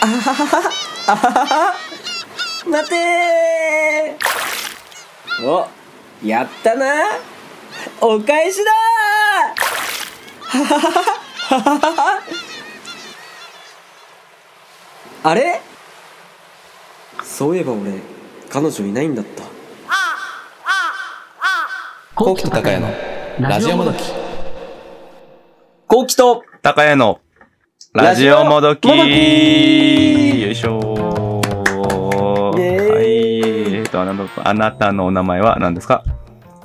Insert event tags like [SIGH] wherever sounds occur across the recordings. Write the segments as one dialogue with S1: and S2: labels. S1: はははあははは待てーおやったなお返しだーははははははは [LAUGHS] あれそういえば俺彼女いないんだった
S2: 高木と高谷のラジオもどき。
S1: 後期と
S3: 高谷のラジオもどきよいしょ
S1: イエーイ
S3: はい。えっと、あなたあなたのお名前は何ですか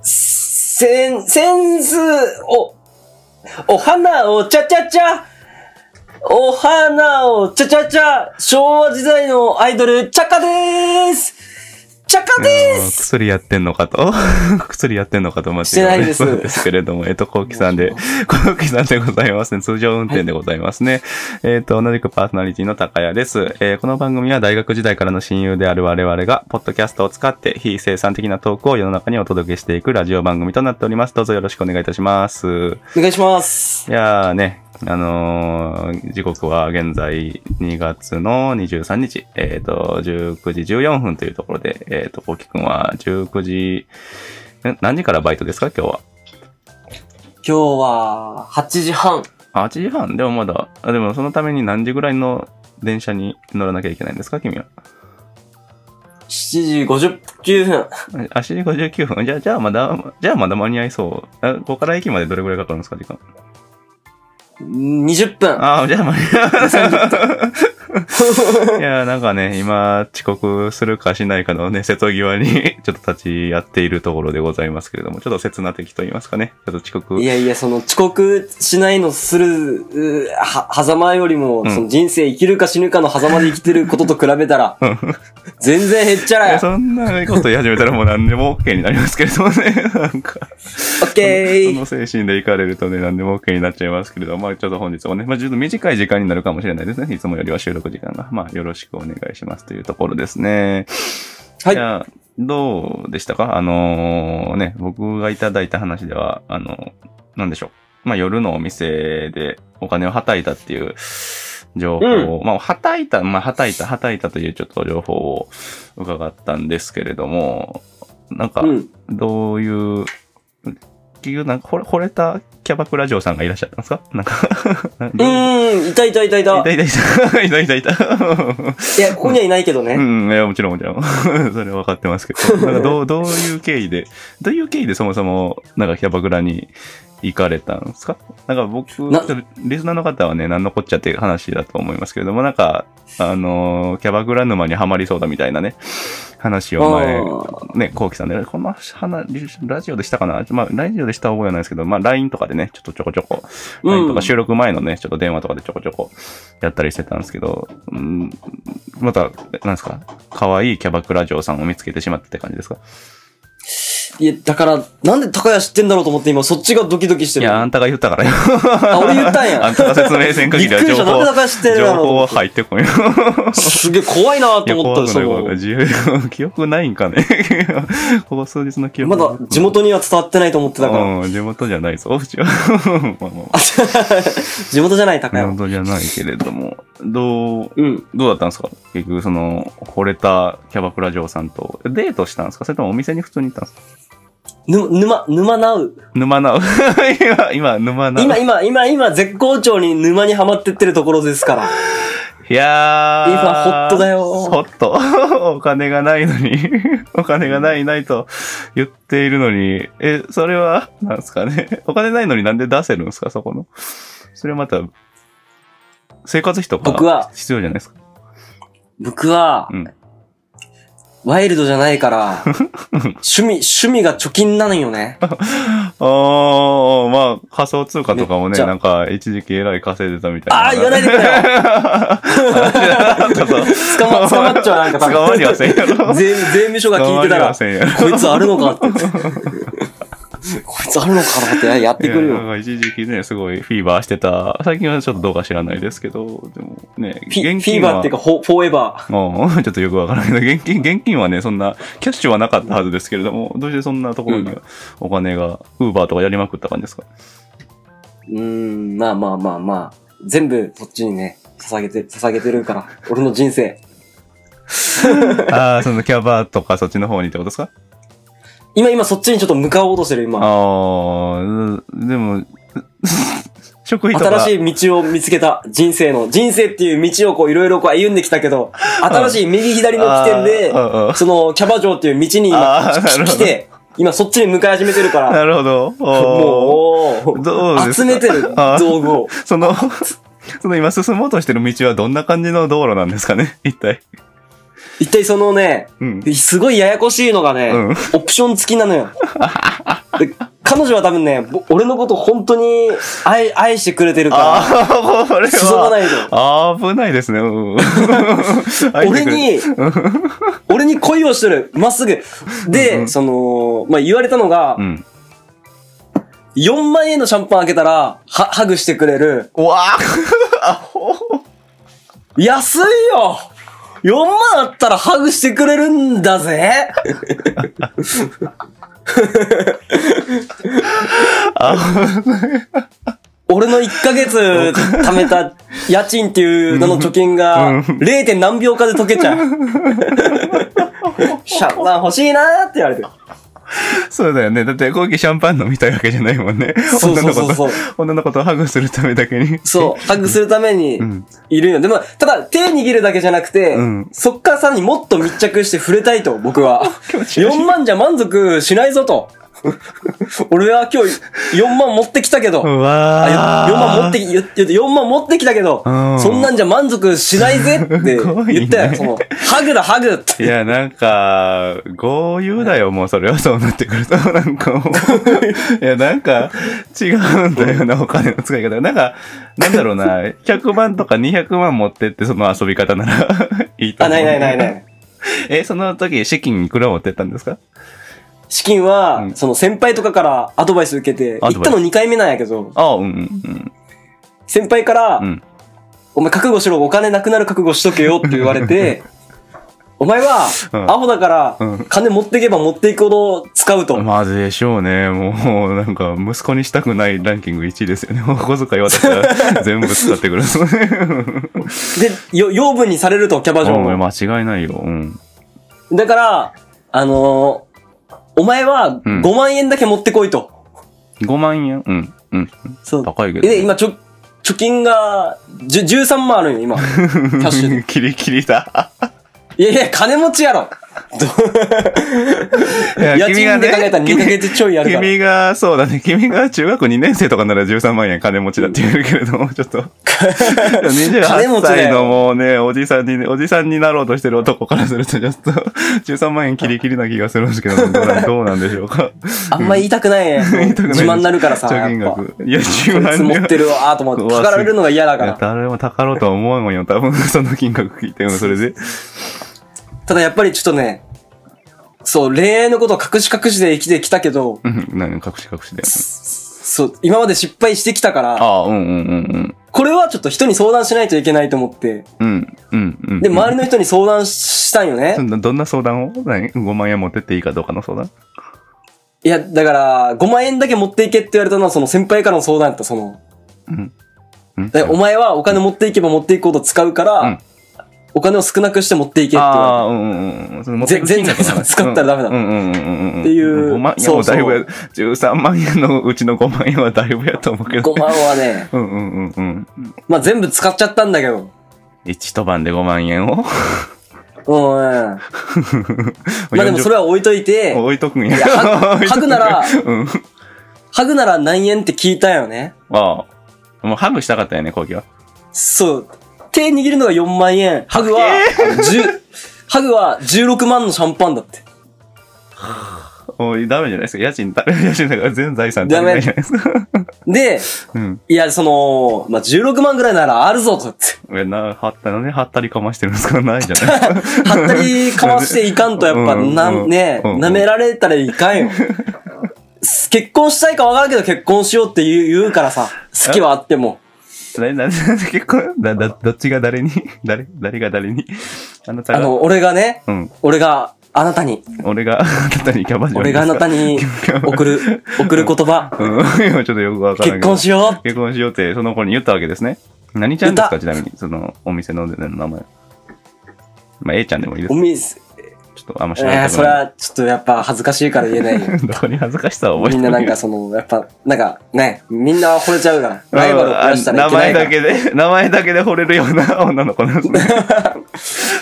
S1: セン、センス、お、お花をちゃちゃちゃ、お花をちゃちゃちゃ、昭和時代のアイドル、チャカでーすチャカで
S3: う
S1: ー
S3: ん
S1: す
S3: 薬やってんのかと [LAUGHS] 薬やってんのかと思って
S1: してないです
S3: そうですけれども、えっと、コウキさんで、コウキさんでございますね。通常運転でございますね。えっと、同じくパーソナリティの高谷です。えーこの番組は大学時代からの親友である我々が、ポッドキャストを使って非生産的なトークを世の中にお届けしていくラジオ番組となっております。どうぞよろしくお願いいたします。
S1: お願いします。
S3: いやーね、あのー時刻は現在2月の23日、えっ、と、19時14分というところで、えっ、と、こうきくんは19時、ん何時からバイトですか今日は。
S1: 今日は、8時半。
S3: あ8時半でもまだ、あでもそのために何時ぐらいの電車に乗らなきゃいけないんですか君は。
S1: 7時59分。
S3: あ8時59分。じゃあ、じゃあまだ、じゃあまだ間に合いそう。あここから駅までどれぐらいかかるんですか時間。
S1: 20分。
S3: ああ、じゃあ間に合う。 [LAUGHS] いやーなんかね、今、遅刻するかしないかのね、瀬戸際に [LAUGHS] 、ちょっと立ち会っているところでございますけれども、ちょっと刹那的と言いますかね、ちょっと遅刻
S1: い。やいや、その遅刻しないのする、うは、狭間よりも、
S3: うん
S1: その人生生きるか死ぬかの狭間で生きてることと比べたら、全然へっちゃら
S3: いや
S1: や。
S3: そんなこと言い始めたらもう何でも OK になりますけれどもね、 [LAUGHS] なんか、
S1: オッケ
S3: そ
S1: ー
S3: の精神でいかれるとね、何でも OK になっちゃいますけれども、まあちょっと本日もね、まあちょっと短い時間になるかもしれないですね、いつもよりは収録時間が。まあよろしくお願いしますというところですね。
S1: はい
S3: いや、どうでしたかあのーね、僕がいただいた話では、あのーなんでしょう。まあ、夜のお店でお金をはたいたっていう情報を、まあ、はたいた、まあ、はたいた、はたいたというちょっと情報を伺ったんですけれども、なんか
S1: う、ん。
S3: どういう、っていう、なんか、惚れ惚れたキャバクラ嬢さんがいらっしゃったんですかなんか
S1: う、ーん、いたいたいたいた。
S3: [LAUGHS] いたいたいた、いたいたいた。
S1: い
S3: [LAUGHS]
S1: や、ここにはいないけどね。
S3: うん、いや、もちろんもちろん。 [LAUGHS] それは分かってますけ
S1: [LAUGHS]
S3: ど。なんかどう、どういう経緯で、どういう経緯でそもそも、なんかキャバクラに行かれたんですかなんか僕、ちょ
S1: な
S3: っとリスナーの方はね、なんのこっちゃっていう話だと思いますけれども、なんか、あのーキャバクラ沼にはまりそうだみたいなね、話を前
S1: あ、ー
S3: ね、こうきさんで、この話、ラジオでしたかなまあ、ラジオでした覚えはないですけど、まあ、LINE とかでね、ちょっとちょこちょこ、
S1: うん
S3: LINE とか収録前のね、ちょっと電話とかでちょこちょこやったりしてたんですけど、うん、また、なんですか、可愛いキャバクラ嬢さんを見つけてしまったって感じですか
S1: いや、だから、なんで高谷知ってんだろうと思って今、そっちがドキドキして
S3: い
S1: る。
S3: や、あんたが言ったからよ。
S1: あ、俺言ったんや。
S3: [LAUGHS] あんたが説明せん限りは
S1: びっくり
S3: 情
S1: したなんで高谷知ってる
S3: 報、
S1: んだ
S3: 情
S1: ろう
S3: 報は入って
S1: [LAUGHS]
S3: こんよ。
S1: すげえ怖いなと
S3: いや、
S1: 思
S3: 怖
S1: ったよ
S3: く
S1: そ
S3: ない怖くない。
S1: の。
S3: 自由記憶ないんかね。 [LAUGHS] ここ数日の記憶。
S1: まだ地元には伝わってないと思ってたから。
S3: うん、地元じゃないぞ、う [LAUGHS] ちは。まあまあま
S1: [LAUGHS]
S3: あ
S1: 地元じゃない高
S3: なる
S1: 谷
S3: ほ
S1: は。
S3: どじゃないけれども、どう、
S1: うん。
S3: どうだったんですか結局、その、惚れたキャバクラ嬢さんと、デートしたんですかそれともお店に普通に行ったんですか
S1: ぬ、沼、沼なう。
S3: 沼なう。 [LAUGHS] 今、今、沼なう。
S1: 今、今、今、今、絶好調に沼にはまってってるところですから。
S3: いやー。
S1: 今ホットだよ
S3: ホット。お金がないのに、 [LAUGHS] お金がないないと言っているのに、え、それは、なんですかね。お金ないのになんで出せるんですかそこの。それはまた、生活費と
S1: 僕は
S3: か必要じゃないですか。
S1: 僕は
S3: う、ん。
S1: ワイルドじゃない
S3: [LAUGHS]
S1: から、趣味、趣味が貯金なのよね。
S3: ああ、まあ、仮想通貨とかも
S1: めっ
S3: ね、
S1: ちゃ
S3: なんか、一時期えらい稼いでたみたいな。
S1: ああ、言わないでくれよ [LAUGHS]
S3: なんかそう
S1: 捕ま、捕まっちゃう、なんか多分
S3: 捕まりはせんやろ。
S1: 税税務署が聞いてた
S3: 捕まり
S1: ら、
S3: はせんやろ
S1: こいつあるのかって。こいつあるのかなってやってくる
S3: [LAUGHS] いやなん
S1: よ。
S3: か一時期ね、すごいフィーバーしてた。最近はちょっとどうか知らないですけど、でもね、
S1: フィフィーバーっていうか、フォフォーエバ
S3: うん、ち [LAUGHS] ょっとよくわからないけど、現金、現金はね、そんな、キャッシュはなかったはずですけれども、どうしてそんなところにお金が、ウーバーとかやりまくった感じですか
S1: ー。うーん、まあまあまあまあ。全部そっちにね、捧げて、捧げてるんから。俺の人生。
S3: ああ、そのキャバとかそっちの方にってことですか
S1: 今、今、そっちにちょっと向かおうとしてる、今。
S3: ああ、うでも、 [LAUGHS] 職員とか。
S1: 新しい道を見つけた。人生の。人生っていう道をこう、いろいろこう、歩んできたけ
S3: [LAUGHS]
S1: ど、新しい右左の起点で
S3: あーうんう、ん
S1: その、キャバ嬢っていう道に今
S3: あーなる、ほど
S1: 来て、今、そっちに向かい始めてるから。
S3: なるほど。 [LAUGHS] おー
S1: もう、
S3: どうです
S1: 集
S3: か
S1: めてる
S3: あー
S1: 道具を。
S3: その、その今進もうとしてる道はどんな感じの道路なんですかね一体。
S1: 一体そのね、
S3: うん。
S1: すごいややこしいのがね、
S3: うん
S1: オプション付きなのよ。で彼女は多分ね、ぼ俺のこと本当に愛愛してくれてるか
S3: ああ、これ
S1: ら、進ま
S3: は。
S1: ないのよ。
S3: 危ないですね。うん
S1: [LAUGHS] 俺、
S3: [LAUGHS]
S1: に、俺に恋をしてる。まっすぐ。で、
S3: うんうん
S1: その、まあ、言われたのが、
S3: うん。
S1: 4万円のシャンパン開けたら、は、ハグしてくれる。
S3: うわあ、アホ。
S1: 安いよ !4 万あったらハグしてくれるんだ
S3: [LAUGHS]
S1: ぜ俺の1ヶ月貯めた家賃っていう名の貯金
S3: うん
S1: が 0. 点何秒かで溶けち
S3: [LAUGHS]
S1: ゃう。シャンパン欲しいなーって言われて。
S3: [LAUGHS] そうだよね。だって、後期シャンパン飲みたいわけじゃないもんね。
S1: そうそうそうそう
S3: 女の子と、女の子とハグするためだけに。
S1: そう、ハグするために
S3: うん
S1: いるよ。でも、ただ手握るだけじゃなくて、
S3: うん
S1: そっからさらにもっと密着して触れたいと、僕
S3: [LAUGHS]
S1: は。
S3: ち悪い
S1: 4万じゃ満足しないぞと。 [LAUGHS] 俺は今日4万持ってきたけど、
S3: う
S1: あ
S3: わあ。
S1: 4万持ってき、言って4万持ってきたけど、
S3: うん
S1: そんなんじゃ満足しないぜって
S3: すごいね
S1: 言ったよ。その、ハグだ、ハグ
S3: [LAUGHS]
S1: って。
S3: いや、なんか、豪遊だよ、もうそれはそうなってくると。 [LAUGHS] なんかも
S1: [LAUGHS]
S3: う、いや、なんか、違うんだよな、お金の使い方が。なんか、なんだろう
S1: [LAUGHS]
S3: な、100万とか200万持ってって、その遊び方なら [LAUGHS] いいと
S1: あ、
S3: 思
S1: な
S3: う。
S1: いないないな。い。
S3: え、その時、資金いくら持ってったんですか
S1: 資金は、
S3: うん
S1: その先輩とかからアドバイス受けて、行っ
S3: アドバイ
S1: た
S3: ス
S1: の2回目なんやけど、
S3: あうん、うん、
S1: 先輩から、
S3: うん。
S1: お前覚悟しろ、お金なくなる覚悟しとけよって言われ
S3: [LAUGHS]
S1: て、お前は、
S3: うん
S1: アホだから
S3: うん、
S1: 金持っていけば持っていくほど使うと。
S3: うん。まずでしょうね。もう、なんか、息子にしたくないランキング1位ですよね。 [LAUGHS] お小遣い渡したら、全部使ってくる。
S1: で、よ養分にされると、キャバ嬢
S3: うん、
S1: も。
S3: 間違いないよ。うん。
S1: だから、あのーお前は
S3: うん
S1: 5万円だけ持ってこいと。
S3: 5万円うん、うん。
S1: そう。
S3: 高いけど。
S1: で、今、ちょ、貯金が、じゅ13万あるん
S3: [LAUGHS]
S1: よ、今。キャッシュで。
S3: キリキリだ。
S1: いやいや、金持ちや
S3: [LAUGHS]
S1: ろ。家賃で考えたら2ヶ月ちょいやるから。
S3: 君が、そうだね。君が中学2年生とかなら13万円金持ちだって言えるけれども、 [LAUGHS] ちょ
S1: [LAUGHS]
S3: っと。
S1: 金持
S3: 28
S1: ちだ
S3: 歳
S1: よ
S3: のもうね、おじさんに、おじさんになろうとしてる男からすると、ちょっと、13万円キリキリな気がするんですけど、
S1: [LAUGHS]
S3: どうなどうなんでしょうか。
S1: あんま言いたくないね。
S3: 言いたくない
S1: [LAUGHS] 自慢になるからさ。
S3: 貯
S1: や
S3: 金
S1: っぱ
S3: 額。いや、10
S1: こいつ
S3: 万
S1: 持ってるわーと思って、たかられるのが嫌だか
S3: いや、
S1: ら。
S3: 誰もたかろうとは思わんよ。多分、 [LAUGHS] その金額聞いても、それで。
S1: ただやっぱりちょっとね、そう、恋愛のことを隠し隠しで生きてきたけど、
S3: うん、なん隠し隠しで。
S1: そう、今まで失敗してきたから、
S3: ああ、うんうんうんうん。
S1: これはちょっと人に相談しないといけないと思って、
S3: うん、うん、うん。
S1: で、周りの人に相談したんよね
S3: そ。んなどんな相談を何 ?5 万円持ってっていいかどうかの相談
S1: いや、だから、5万円だけ持っていけって言われたのは、その先輩からの相談やった、その。
S3: うん。うん
S1: でお前はお金持っていけば持っていくほど使うから、
S3: うん
S1: お金を少なくして持っていけって言
S3: ああ、
S1: わ
S3: うんうんうんその持っ
S1: ぜ
S3: てく金額
S1: 全財産
S3: な。
S1: 使ったらダメだ
S3: うんうんうんうんうん。
S1: っていう
S3: 5万円
S1: そ
S3: も
S1: うそう
S3: だいぶや、13万円のうちの5万円はだいぶやと思うけ
S1: れて。
S3: ど
S1: 5。万はね、
S3: うんうんうんうん。
S1: まあ、全部使っちゃったんだけど。
S3: 一と晩で5万円を。
S1: うんうん。まあでもそれは置いといて、
S3: 置いとくんや。
S1: いやは
S3: [LAUGHS] 置いと
S1: ハ
S3: く
S1: グ
S3: んや
S1: なら
S3: うん。
S1: ハグなら何円って聞いたよね。
S3: ああ。もうハグしたかったよね、コウキは。
S1: そう。手握るのが4万円。ハグは、あの10ハグは16万のシャンパンだって。
S3: おい、ダメじゃないですか。家賃た、家賃だから全財産足りないじゃないですか。
S1: で、
S3: うん。
S1: いや、その、まあ、16万ぐらいならあるぞとって。
S3: え、な、はったのね、はったりかましてるんですかないじゃないですか。
S1: はったりかましていかんと、やっぱ、
S3: うん
S1: な、
S3: うんん
S1: ね、
S3: うん
S1: 舐められたらいかん
S3: [LAUGHS]
S1: よ。す結婚したいかわからんけど結婚しようって言う言うからさ、好きはあっても。
S3: な、 [LAUGHS] な、な、結構、だ、だ、どっちが誰に [LAUGHS] 誰、誰が誰にあなた
S1: あ
S3: が、
S1: の、俺がね、
S3: うん。
S1: 俺があなたに、
S3: 俺が、あ [LAUGHS] なたにキャバ嬢
S1: 俺があなた
S3: に。
S1: に送
S3: [LAUGHS]
S1: る、送る言葉、
S3: うん。今ちょっとよくわから
S1: 結
S3: ん [LAUGHS] けど。
S1: 婚しよう
S3: 結婚しようって、その子に言ったわけですね。何ちゃんですか
S1: 歌
S3: ちなみに、その、お店の名前。まあ、A ちゃんでもいいで
S1: お
S3: す。
S1: 店、
S3: ちょっとあんま知ら
S1: え
S3: な
S1: ー、
S3: い
S1: それはちょっとやっぱ恥ずかしいから言えないよ。
S3: [LAUGHS] どこに恥ずかしさを覚え
S1: み
S3: て
S1: んななんかその、やっぱ、なんかね、みんな惚れちゃ
S3: [LAUGHS]
S1: うから、ライバルを増やしたらい
S3: 名
S1: けない
S3: 前
S1: から。
S3: だけで、名前だけで惚れるような女の子なん
S1: [LAUGHS]
S3: ですね。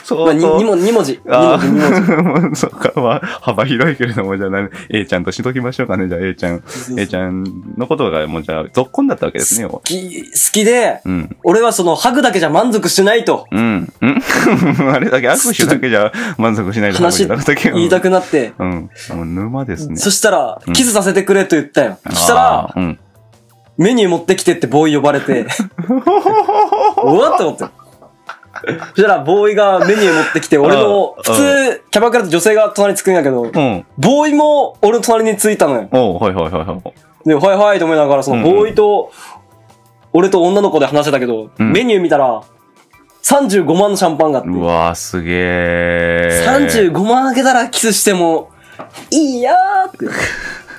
S3: そう
S1: まあ、に二文字、二文字。
S3: あ
S1: 二文字二文
S3: あ、 [LAUGHS] そうか、まあ、幅広いけれども、じゃあ何、A ちゃんとしときましょうかね、じゃあ A ちゃん。
S1: 字
S3: A ちゃんのことが、もうじゃあ、続婚だったわけ [LAUGHS] ですね、要は
S1: 好き、好きで、
S3: うん。
S1: 俺はその、ハグだけじゃ満足しないと、
S3: うん。うん [LAUGHS] あれだけ握手だけじゃ満足しないと思う
S1: 話
S3: けどだけ
S1: 言いたくなって、
S3: うん。もう沼ですね。
S1: そしたら
S3: う、ん
S1: キスさせてくれと言ったよ。そした
S3: あ
S1: ら、
S3: ー、うん。
S1: メニュー持ってきてってボーイ呼ばれて、うわっと思って。そしたら、ボーイがメニュー持ってきて、俺の、
S3: う
S1: 普
S3: ん
S1: 通、キャバクラって女性が隣につくんやけど、
S3: うん。
S1: ボーイも俺の隣についたのよ。
S3: おうはいはいはいはい。
S1: で、はいはいと思いながら、その
S3: うんうん
S1: ボーイと、俺と女の子で話してたけど、
S3: うん
S1: メニュー見たら、35万のシャンパンがあって、
S3: うわー、すげえ。
S1: 35万あげたらキスしても、いいやーって、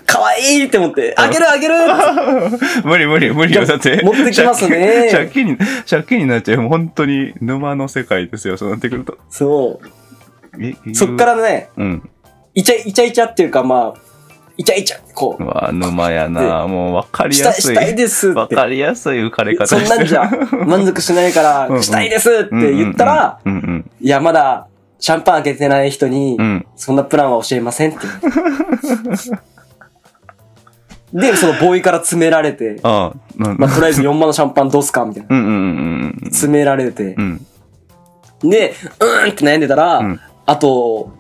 S1: かわいいって思って、あげるあげる
S3: [LAUGHS]
S1: って
S3: 無理無理無理
S1: じゃ
S3: よ。
S1: あ
S3: だって。
S1: 持ってきますね
S3: 借金、借金借金になっちゃう。もう本当に沼の世界ですよ。そうなってくると。
S1: そ
S3: え
S1: う。そっか。
S3: 言
S1: らね、
S3: ううん。
S1: イチャイチャイチャっていうか、まあ、イチャイチャ、こ
S3: うわー、沼やな。もう分かり
S1: う、した
S3: や
S1: い、
S3: す
S1: したい
S3: い。
S1: ですっ
S3: 分
S1: て。
S3: かりやすい浮かれ方
S1: そんなんじ
S3: [LAUGHS]
S1: ゃ満足しないか
S3: うんう
S1: ら、
S3: ん
S1: したいですって言ったら、、
S3: うんうん
S1: いや、まだ、シャンパン開けてない人に
S3: うんう、ん。
S1: そんなプランは教えませんって。で、そのボーイから詰められて、
S3: ああ、なん
S1: まあ、とりあえず4万のシャンパンどうすかみたいな。
S3: うんうんうんうん。
S1: 詰められて
S3: う。ん。
S1: で、うーんって悩んでたら、
S3: うん
S1: あと、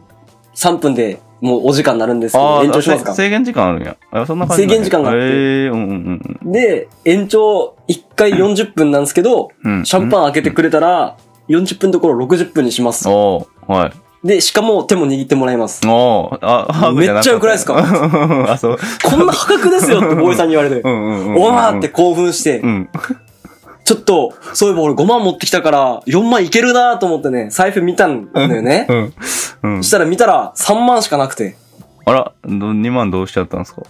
S1: 3分でもうお時間になるんですけ
S3: あ
S1: ど、
S3: あ、
S1: 延長しますか
S3: せ制限時間あるんや。あそんな感じなんや
S1: 制限時間があって
S3: ええ、うんうんうん
S1: で、延長1回40分なんですけど、
S3: うん。
S1: シャン
S3: ン
S1: パン開けてくれたら、40分どころ60分にします。
S3: おーはい。
S1: で、しかも手も握ってもらいます。
S3: おーあ、ハーグじなく
S1: めっち
S3: て
S1: ゃ良くないです
S3: [LAUGHS] あ、そう。
S1: こんな破格ですよってボーイさんに言われて
S3: う。んうんうんうん。
S1: おーって興奮して
S3: う、ん。
S1: ちょっと、そういえば俺5万持ってきたから、4万いけるなと思ってね、財布見たんだよね
S3: う。ん。うん
S1: そ。したら見たら3万しかなくて、
S3: あら、ど2万どうしちゃったんですか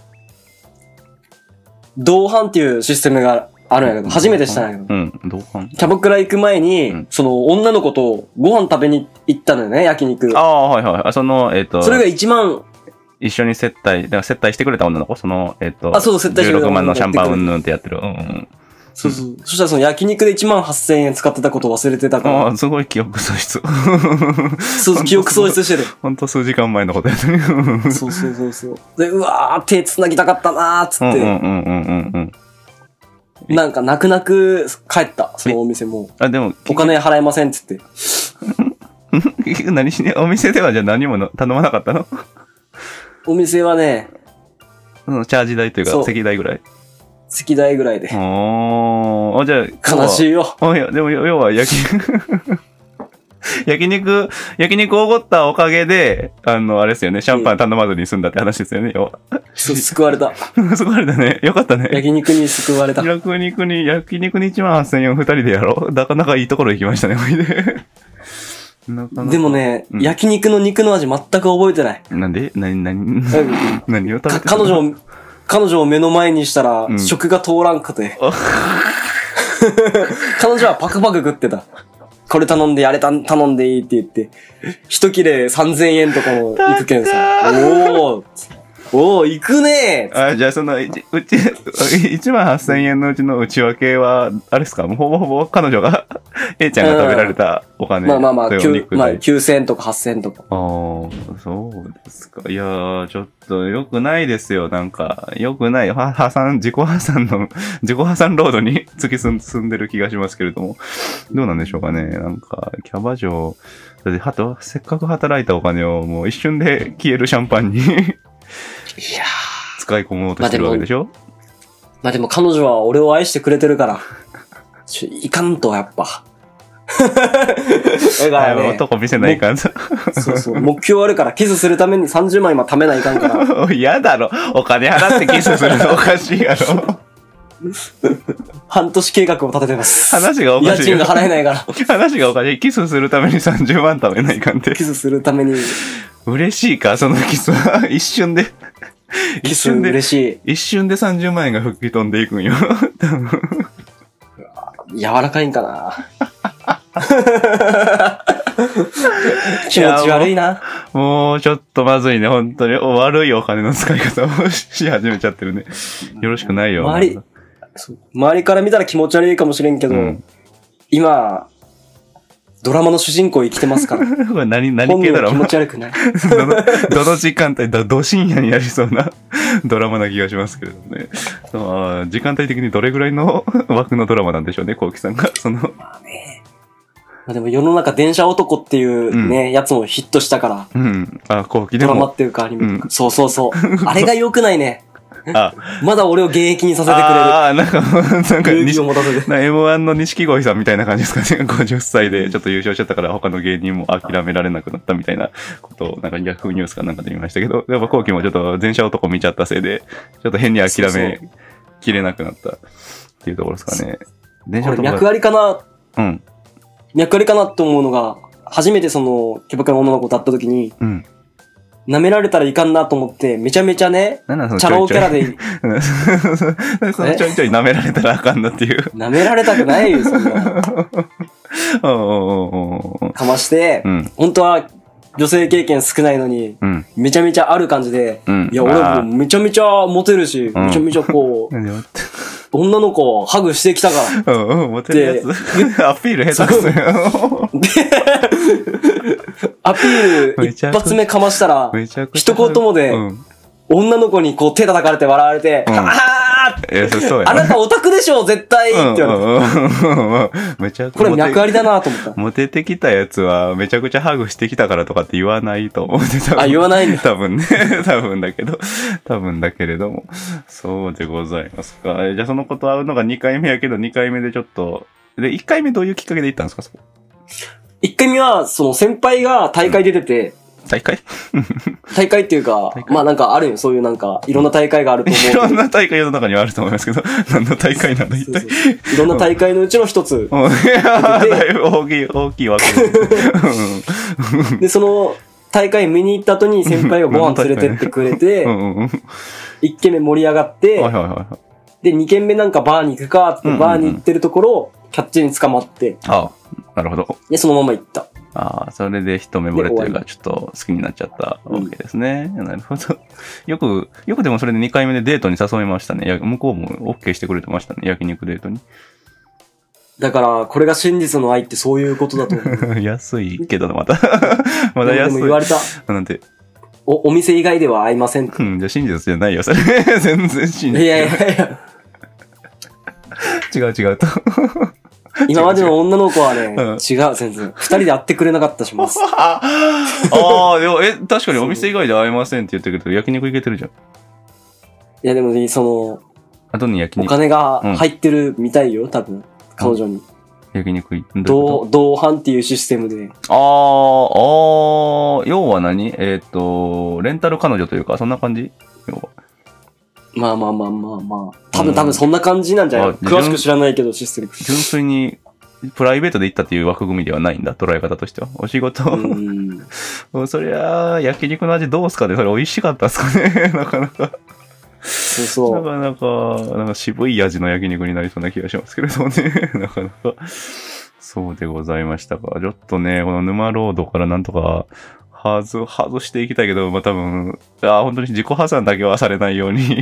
S1: 同伴っていうシステムがあるんやけど、初めてしたんやけど。
S3: うん、同伴。
S1: キャバクラ行く前に、
S3: うん
S1: その女の子とご飯食べに行ったのよね、焼肉。
S3: ああ、はいはい。あその、えっ、と
S1: そ、れが1万、
S3: 一緒に接待、だから接待してくれた女の子、その、えっ、と、
S1: あそうそう接待してくれた
S3: 16
S1: 女
S3: 万
S1: の
S3: の
S1: 子
S3: シャンパンうんぬんってやってる。うんうん。
S1: そうそう。そしたらその焼肉で1万8000円使ってたこと忘れてたから、
S3: ああ、すごい記憶喪失。
S1: そうそう、記憶喪失してて。
S3: ほんと数時間前のことやね。うん
S1: そうそうそうそう。で、うわー、手繋ぎたかったなーっつ
S3: うん
S1: っ
S3: う
S1: て、
S3: んうんうんうん。
S1: なんか泣く泣く帰った、そのお店も。
S3: あ、でも、
S1: お金払えませんっつって。
S3: 結局 [LAUGHS] 何しに、お店ではじゃあ何もの頼まなかったの
S1: お店はね、
S3: そのチャージ代という
S1: そ
S3: か、
S1: う
S3: 席代ぐらい。
S1: 席代ぐらいで。
S3: おー。あ、じゃあ、
S1: 悲しい
S3: い。
S1: よ。
S3: あ、いや、でも、要要は焼き、 [LAUGHS] 焼肉、焼肉おごったおかげで、あの、あれですよね、シャンパン頼まずに済んだって話ですよね、要は。
S1: そう救われた。
S3: [LAUGHS] すごいあれだね。よかったね。
S1: 焼肉に救われた。
S3: 焼肉に、焼肉に1万8000円を2人でやろう。なかなかいいところ行きましたね、これで。 [LAUGHS] なかなか
S1: でも、ね、
S3: うん
S1: 焼肉の肉の味全く覚えて [LAUGHS] ない。
S3: なんで何、何、 [LAUGHS] 何を食べ
S1: か
S3: て
S1: 彼女を、彼女を目の前にしたら、
S3: うん
S1: 食が通らんくて。 [LAUGHS] 彼女はパクパク食ってた。これ頼んで、あれた頼んでいいって言って、一切れ3000円とかの行くけんさ。
S3: 高
S1: おーおー、行くねー
S3: あ、じゃあその、いちうち、1万8000円のうちの内訳は、あれですかもうほぼほぼ彼女が、A [LAUGHS] ちゃんが食べられたお金
S1: まあまあまあ、
S3: とお
S1: きゅう
S3: 肉
S1: まあ
S3: 代。
S1: 9000円とか8000円とか。
S3: ああ、そうですか。いやー、ちょっと良くないですよ。なんか、良くない。は破産、自己破産の、 [LAUGHS] 自己破産ロードに [LAUGHS] 突き進進んでる気がしますけれども。どうなんでしょうかね。なんか、キャバ嬢、だって、はと、せっかく働いたお金をもう一瞬で [LAUGHS] 消えるシャンパンに
S1: いや
S3: 使い込もうとしてるわけでしょ、
S1: まあでも彼女は俺を愛してくれてる
S3: [LAUGHS]
S1: から、ちょいかんと、やっぱ。 [LAUGHS] だから
S3: あ
S1: ね、
S3: 男見せないかんぞ。
S1: そうそう、目標あるから、キスするために30万今貯めないかんから。
S3: [LAUGHS] 嫌だろ。お金払ってキスするのおかしいや [LAUGHS] ろ。
S1: 半年計画を立ててます。
S3: 話がお
S1: 家
S3: かしい
S1: 賃
S3: よ
S1: が。払えないから、
S3: [LAUGHS] 話がおかしい。キスするために30万貯めないかんて
S1: キ。スするために、
S3: 嬉しいか、そのキスは。 [LAUGHS] 一瞬で。
S1: キ
S3: 一
S1: ス
S3: 瞬で
S1: 嬉。しい。
S3: 一瞬で30万円が吹き飛んでいくんよ。多分
S1: 柔らかいんか
S3: [LAUGHS]
S1: な気持ち悪いな。
S3: [LAUGHS] もうちょっとまずいね、本当に。お悪いお金の使い方を [LAUGHS] し始めちゃってるね。よろしくないよ。
S1: 周り、そう周りから見たら気持ち悪いかもしれんけ
S3: う
S1: ど、
S3: ん。
S1: 今、ドラマの主人公生きてますから。
S3: これ何、 [LAUGHS] 何
S1: 本
S3: 系
S1: 人は
S3: だろ
S1: 気
S3: う
S1: 持ち悪くない。
S3: [LAUGHS] どの、どの時間帯、ど、ど深夜にやりそうな [LAUGHS] ドラマな気がしますけれどもね。まあ時間帯的にどれぐらいの [LAUGHS] 枠のドラマなんでしょうね、こうきさんが。その、
S1: まあでも世の中電車男っていうね、やつもヒットしたから、
S3: うん。あ、こうきで
S1: ドラマ
S3: も。
S1: っていうかアニメとか、
S3: うん
S1: そうそう
S3: [LAUGHS]
S1: そう。あれが良くないね。
S3: あ、
S1: まだ俺を現役にさせてく
S3: ああ、なんか、なんか、
S1: れる。勇
S3: [LAUGHS] に
S1: 気を持たせて。
S3: な M1 の錦鯉さんみたいな感じですかね。50歳 [LAUGHS] でちょっと優勝しちゃったから他の芸人も諦められなくなったみたいなことを、なんか逆ニュースかなんかで見ましたけど、やっぱ後期もちょっと前者男見ちゃったせいで、ちょっと変に諦
S1: そうそう
S3: めきれなくなったっていうところですかね。電
S1: これ
S3: 車男
S1: 脈ありかな、
S3: うん。
S1: 脈ありかなって思うのが、初めてその、キャバクラの女の子と会った時に、
S3: うん。
S1: 舐められたらいかんなと思って、めちゃめちゃね、
S3: なんなんその
S1: チャラ男キャラ
S3: ちょい
S1: で
S3: ちょい [LAUGHS] うんそのちょいちょい舐められたらあかんなっていう。
S1: 舐められたくないよ、そん
S3: [LAUGHS]
S1: な。
S3: おうおうおうおう
S1: かまして、
S3: うん
S1: 本当は女性経験少ないのに、
S3: うん。
S1: めちゃめちゃある感じで、
S3: うん
S1: いや、
S3: あ
S1: 俺
S3: ー
S1: もめちゃめちゃモテるし、
S3: ん
S1: めちゃめちゃこう、
S3: なんで待って
S1: 女の子をハグしてきたから。
S3: うんうん、モテるやつ。 [LAUGHS] アピール下手くそよ。
S1: アピール一発目かましたら、
S3: [LAUGHS] めちゃくちゃ。
S1: 一言もで、
S3: うん
S1: 女の子にこう手叩かれて笑われて、
S3: うん
S1: あー
S3: いや、そそうや
S1: あなたオタクでしょ絶対って言われて。
S3: うんうんうんうんめちゃく
S1: これ脈あり
S3: り
S1: だなと思った。
S3: モテてきたやつは、めちゃくちゃハグしてきたからとかって言わないと思うね。多分
S1: あ言わないんだ
S3: 多分ね。 [LAUGHS] 多分だけど。多分だけれども。そうでございますか。えじゃあその子と会うのが2回目やけど、2回目でちょっと。で、1回目どういうきっかけで行ったんですかそこ。
S1: 一回目は、その先輩が大会出てて、
S3: 大会
S1: 大会っていうか、まあなんかあるよ。そういうなんか、いろんな大会があると思う。
S3: いろんな大会世の中にはあると思いま
S1: [LAUGHS]
S3: すけど、何の大会なんだ一
S1: そう
S3: 体
S1: そう。いろんな大会のうちの一つ。
S3: うんいや [LAUGHS] だいぶ大きい、大きいわけですね
S1: で、その大会見に行った後に先輩がご飯連れてってくれて
S3: う、んうんうん。はい
S1: 一軒目盛り上がっ
S3: はい
S1: て、
S3: はいはい。
S1: で、二軒目なんかバーに行くかって
S3: うんうんうん
S1: バーに行ってるところ、キャッチに捕まって、
S3: ああ、なるほど。
S1: で、そのまま行った。
S3: ああ、それで一目惚れという
S1: で終わ
S3: か、ちょっと好きになっちゃったわけですね。なるほど。よく、よくでもそれで2回目でデートに誘いましたね。や向こうも OK してくれてましたね。焼肉デートに。 [LAUGHS]
S1: だから、これが真実の愛ってそういうことだと思う。
S3: 安いけどな、また。 [LAUGHS] まだ
S1: でも
S3: 安
S1: でも
S3: い。
S1: 言われた。
S3: なんて、
S1: お、お店以外では会いません。い
S3: うん、じゃあ真実じゃないよ、それ。 [LAUGHS] 全然真
S1: や
S3: 実。
S1: いやいや、
S3: [LAUGHS] 違う違うと。
S1: [LAUGHS] 今までの女の子はね、
S3: うん
S1: 違う、全然。二人で会ってくれなかったし
S3: [LAUGHS]
S1: ます。
S3: ああ、でも、え、確かにお店以外で会えませんって言ってるけど、焼肉行けてるじゃん。
S1: いや、でもね、そ
S3: あとに焼
S1: の、お
S3: 肉、
S1: 金が入ってるみたいよ、多分。彼女に。
S3: 焼肉行どういうこと
S1: 同、同伴っていうシステムで。
S3: あー、あー、要は何えっ、と、レンタル彼女というか、そんな感じ要は。
S1: まあまあまあまあまあ。多
S3: うん
S1: 分多分そんな感じなんじゃない
S3: あ
S1: 詳しく知らないけど、システム。
S3: 純粋に、プライベートで行ったっていう枠組みではないんだ、捉え方としては。お仕
S1: う
S3: 事、
S1: ん。
S3: [LAUGHS] そりゃあ、焼肉の味どうすかねそれ美味しかったっすかね [LAUGHS] なかなか、
S1: そう
S3: [LAUGHS] な
S1: そう。
S3: かなか、なんか渋い味の焼肉になりそうな気がしますけれどもね。 [LAUGHS] なかなか。そうでございましたか。ちょっとね、この沼ロードからなんとか、外、外していきたいけど、まあ、多分、あー本当に自己破産だけはされないように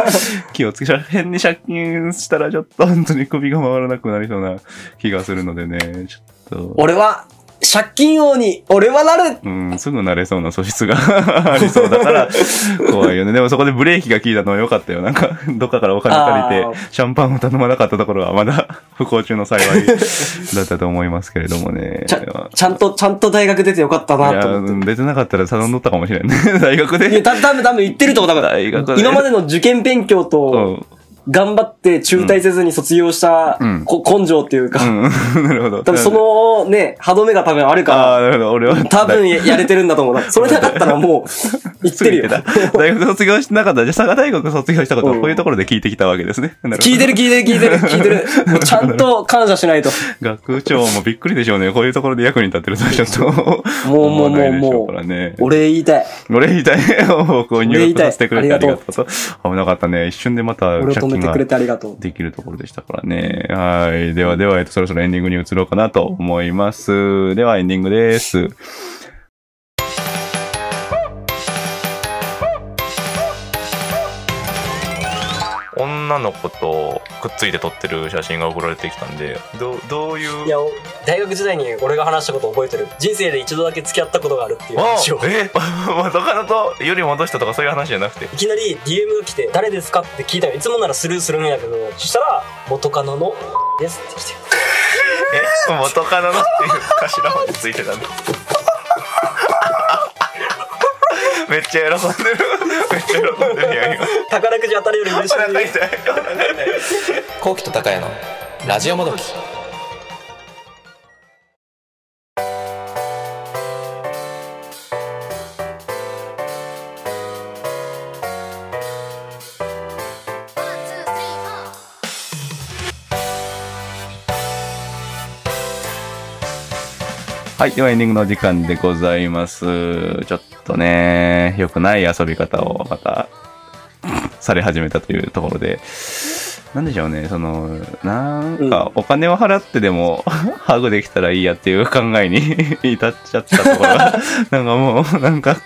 S3: [LAUGHS] 気をつけちゃ、変に借金したらちょっと本当に首が回らなくなりそうな気がするのでね、ちょっと、
S1: 俺は、借金王に、俺はなる
S3: うん、すぐ慣れそうな素質が [LAUGHS] ありそうだから、怖いよね。でもそこでブレーキが効いたのは良かったよ。なんか、どっかからお金借
S1: あ
S3: りて、シャンパンを頼まなかったところはまだ [LAUGHS] 不幸中の幸
S1: [LAUGHS]
S3: いだったと思いますけれどもね。
S1: ちゃちゃんと、ちゃんと大学出てよかった
S3: い
S1: な
S3: や、
S1: と思って。
S3: 出てなかったら頼んどったかもしれんね。 [LAUGHS] 大学
S1: いや、
S3: で。
S1: た多分多分言ってると思う、多分。
S3: 大学で。
S1: 今までの受験勉強
S3: うん。う
S1: と、
S3: ん。
S1: 頑張って中退せずに卒業した、
S3: うん
S1: こ根性っていうか、
S3: [LAUGHS] なるほど。
S1: 多分そのね、歯止めが多分ある
S3: ああ、
S1: か
S3: なるほど。俺は。
S1: ら、多分ややれてるんだと思うな。それなかったらもう、言っ
S3: [LAUGHS] す
S1: て
S3: ぐ
S1: る
S3: 言
S1: よ
S3: って。た。
S1: [LAUGHS]
S3: 大学卒業してなかった。じゃあ佐賀大学卒業したことは
S1: うん
S3: こういうところで聞いてきたわけですね。なるほど
S1: 聞いてる聞いてる聞いてる聞いてる。もうちゃんと感謝しないと。
S3: 学長もびっくりでしょうね。こういうところで役に立ってるとはちょっと
S1: もうもうもう
S3: 思わないでし [LAUGHS] ょうからね。
S1: 俺言いたい。
S3: 俺言いたい。僕を入
S1: 俺言
S3: 学
S1: いたい
S3: させてくれてありが
S1: あり
S3: とうと。危なかったね。一瞬でまた
S1: 俺を
S3: 借
S1: 止めて
S3: 金品
S1: て
S3: が
S1: くれてありがとう。
S3: できるところでしたからね。はい。ではでは、えっと、そろそろエンディングに移ろうかなと思います。では、エンディングです。女の子とくっついて撮ってる写真が送られてきたんで、どどうい
S1: い
S3: う
S1: や、お大学時代に俺が話したこと覚えてる。人生で一度だけ付き合ったことがあるっていう話を。
S3: え [LAUGHS] 元カノとより戻したとかそういう話じゃなくて
S1: いきなり DM が来て「誰ですか?」って聞いたよいつもならスルーするんやけどそしたら「元カノのです」って来 [LAUGHS] て
S3: え元カノのっていう頭までついてたんだ [LAUGHS] めっちゃ喜んでるめっちゃ喜んでるやん今
S1: 宝くじ当たるより嬉しい
S3: お腹痛い
S2: コウキとタカヤのラジオもどき。
S3: はいではエンディングの時間でございますちょっとね良くない遊び方をまたされ始めたというところでなんでしょうねそのなんかお金を払ってでも [LAUGHS] ハグできたらいいやっていう考えに [LAUGHS] 至っちゃったところ
S1: [LAUGHS]
S3: がなんかもうなんか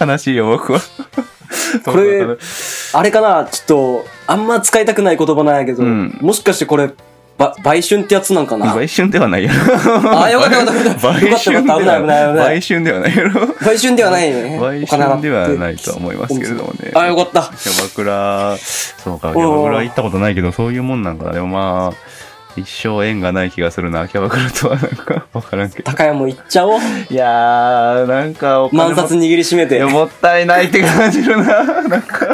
S3: 悲しいよ僕は
S1: こ
S3: [LAUGHS]
S1: れあれかなちょっとあんま使いたくない言葉なんやけど、
S3: うん
S1: もしかしてこれば売春ってやつなんかな
S3: 売春ではないやろ。
S1: あよかったよかったよかった
S3: 買春では
S1: よかったよかった危ない危ない危ない
S3: 売春ではないやろ。
S1: 売春ではないよね
S3: 売
S1: お金払っ
S3: 春
S1: て
S3: ではないとは思いますけれどもね。
S1: あよかった
S3: キャバクラ、そうか、
S1: お
S3: キ
S1: ー
S3: ャバクラ行ったことないけど、そういうもんなんかな。でもまあ、一生縁がない気がするな、キャバクラとはなんか、わからんけ
S1: [LAUGHS]
S3: ど。
S1: 高山も行っちゃ
S3: [LAUGHS]
S1: おう
S3: いやー、なんかお金
S1: 万
S3: も、
S1: 札握りしめ
S3: い
S1: て
S3: やもったいないって感じるな。なんか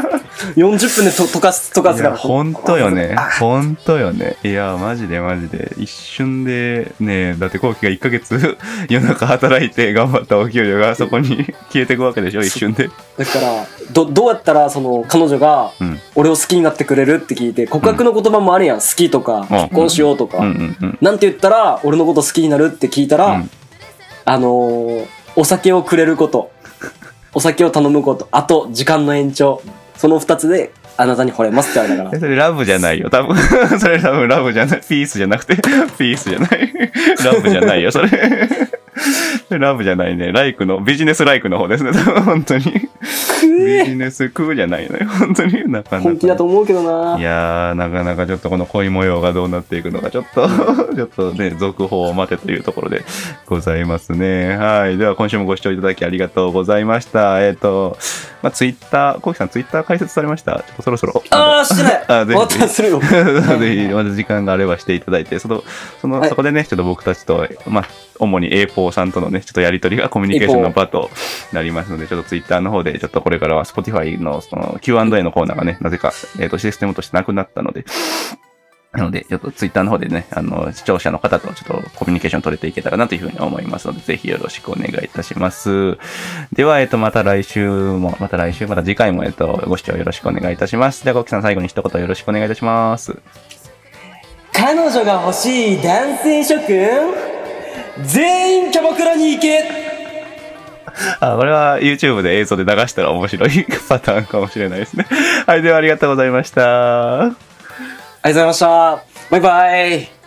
S1: 40分でと溶かす溶か
S3: い
S1: すか
S3: や、
S1: ら
S3: ほんとよね。ほんとよね。いや、マジでマジで。一瞬で、ねだって後期が1ヶ月夜中働いて頑張ったお給料がそこに消えてくわけでしょ、一瞬で。
S1: だからどどうやったらその彼女が
S3: うん。
S1: 俺を好きになってくれるって聞いて告白の言葉もあるやん、好きとか結婚しようとか、
S3: うんうんうん。
S1: なんて言ったら俺のこと好きになるって聞いたら、
S3: うん
S1: あのーお酒をくれることお酒を頼むことあと時間の延長その2つであなたに惚れますってあれだか
S3: え
S1: ら
S3: それラブじゃな
S1: [LAUGHS]
S3: いよ。多分 [LAUGHS] それ多分ラブじゃない。ピースじゃなくて、 [LAUGHS] ピースじ
S1: [LAUGHS]
S3: ゃない。ラブじゃないよ、それ。 [LAUGHS] それラブじゃないね。ライクの、ビジネスライクの方ですね。 [LAUGHS] 多分本当に。 [LAUGHS] ビジネスクーじゃないね。本当に。なかなか。
S1: 本気だと思うけどない
S3: やー、なかなかちょっとこの恋模様がどうなっていくのか、ちょっと、 [LAUGHS] ちょっとね、続報を待てというところでございますね。はい。では、今週もご視聴いただきありがとうございました。えっ、と、まあ、ツイッター、コウキさん、ツイッター開設されました。ちょっとそろそろ。
S1: ああしてない
S3: あぜひ
S1: またす
S3: [LAUGHS]
S1: るよ
S3: ぜひまた時間があればしていただいて、その、その、
S1: はい
S3: そこでね、ちょっと僕たちと、まあ、主に A4 さんとのね、ちょっとやりとりがコミュニケーションの場となりますので、ちょっとツイッターの方で、ちょっとこれからは Spotify のその Q&A のコーナーがね、なぜか、えっ、と、システムとしてなくなったので、なので、ちょっとツイッターの方でね、あの、視聴者の方とちょっとコミュニケーション取れていけたらなというふうに思いますので、ぜひよろしくお願いいたします。では、えっと、また来週も、また来週、また次回も、えっと、ご視聴よろしくお願いいたします。では、コキさん最後に一言よろしくお願いいたします。
S1: 彼女が欲しい男性諸君全員キャバクラに行け
S3: あ、これは YouTube で映像で流したら面白いパターンかもしれないですね。はい、ではありがとうございました。
S1: ありがとうございましたバイバイ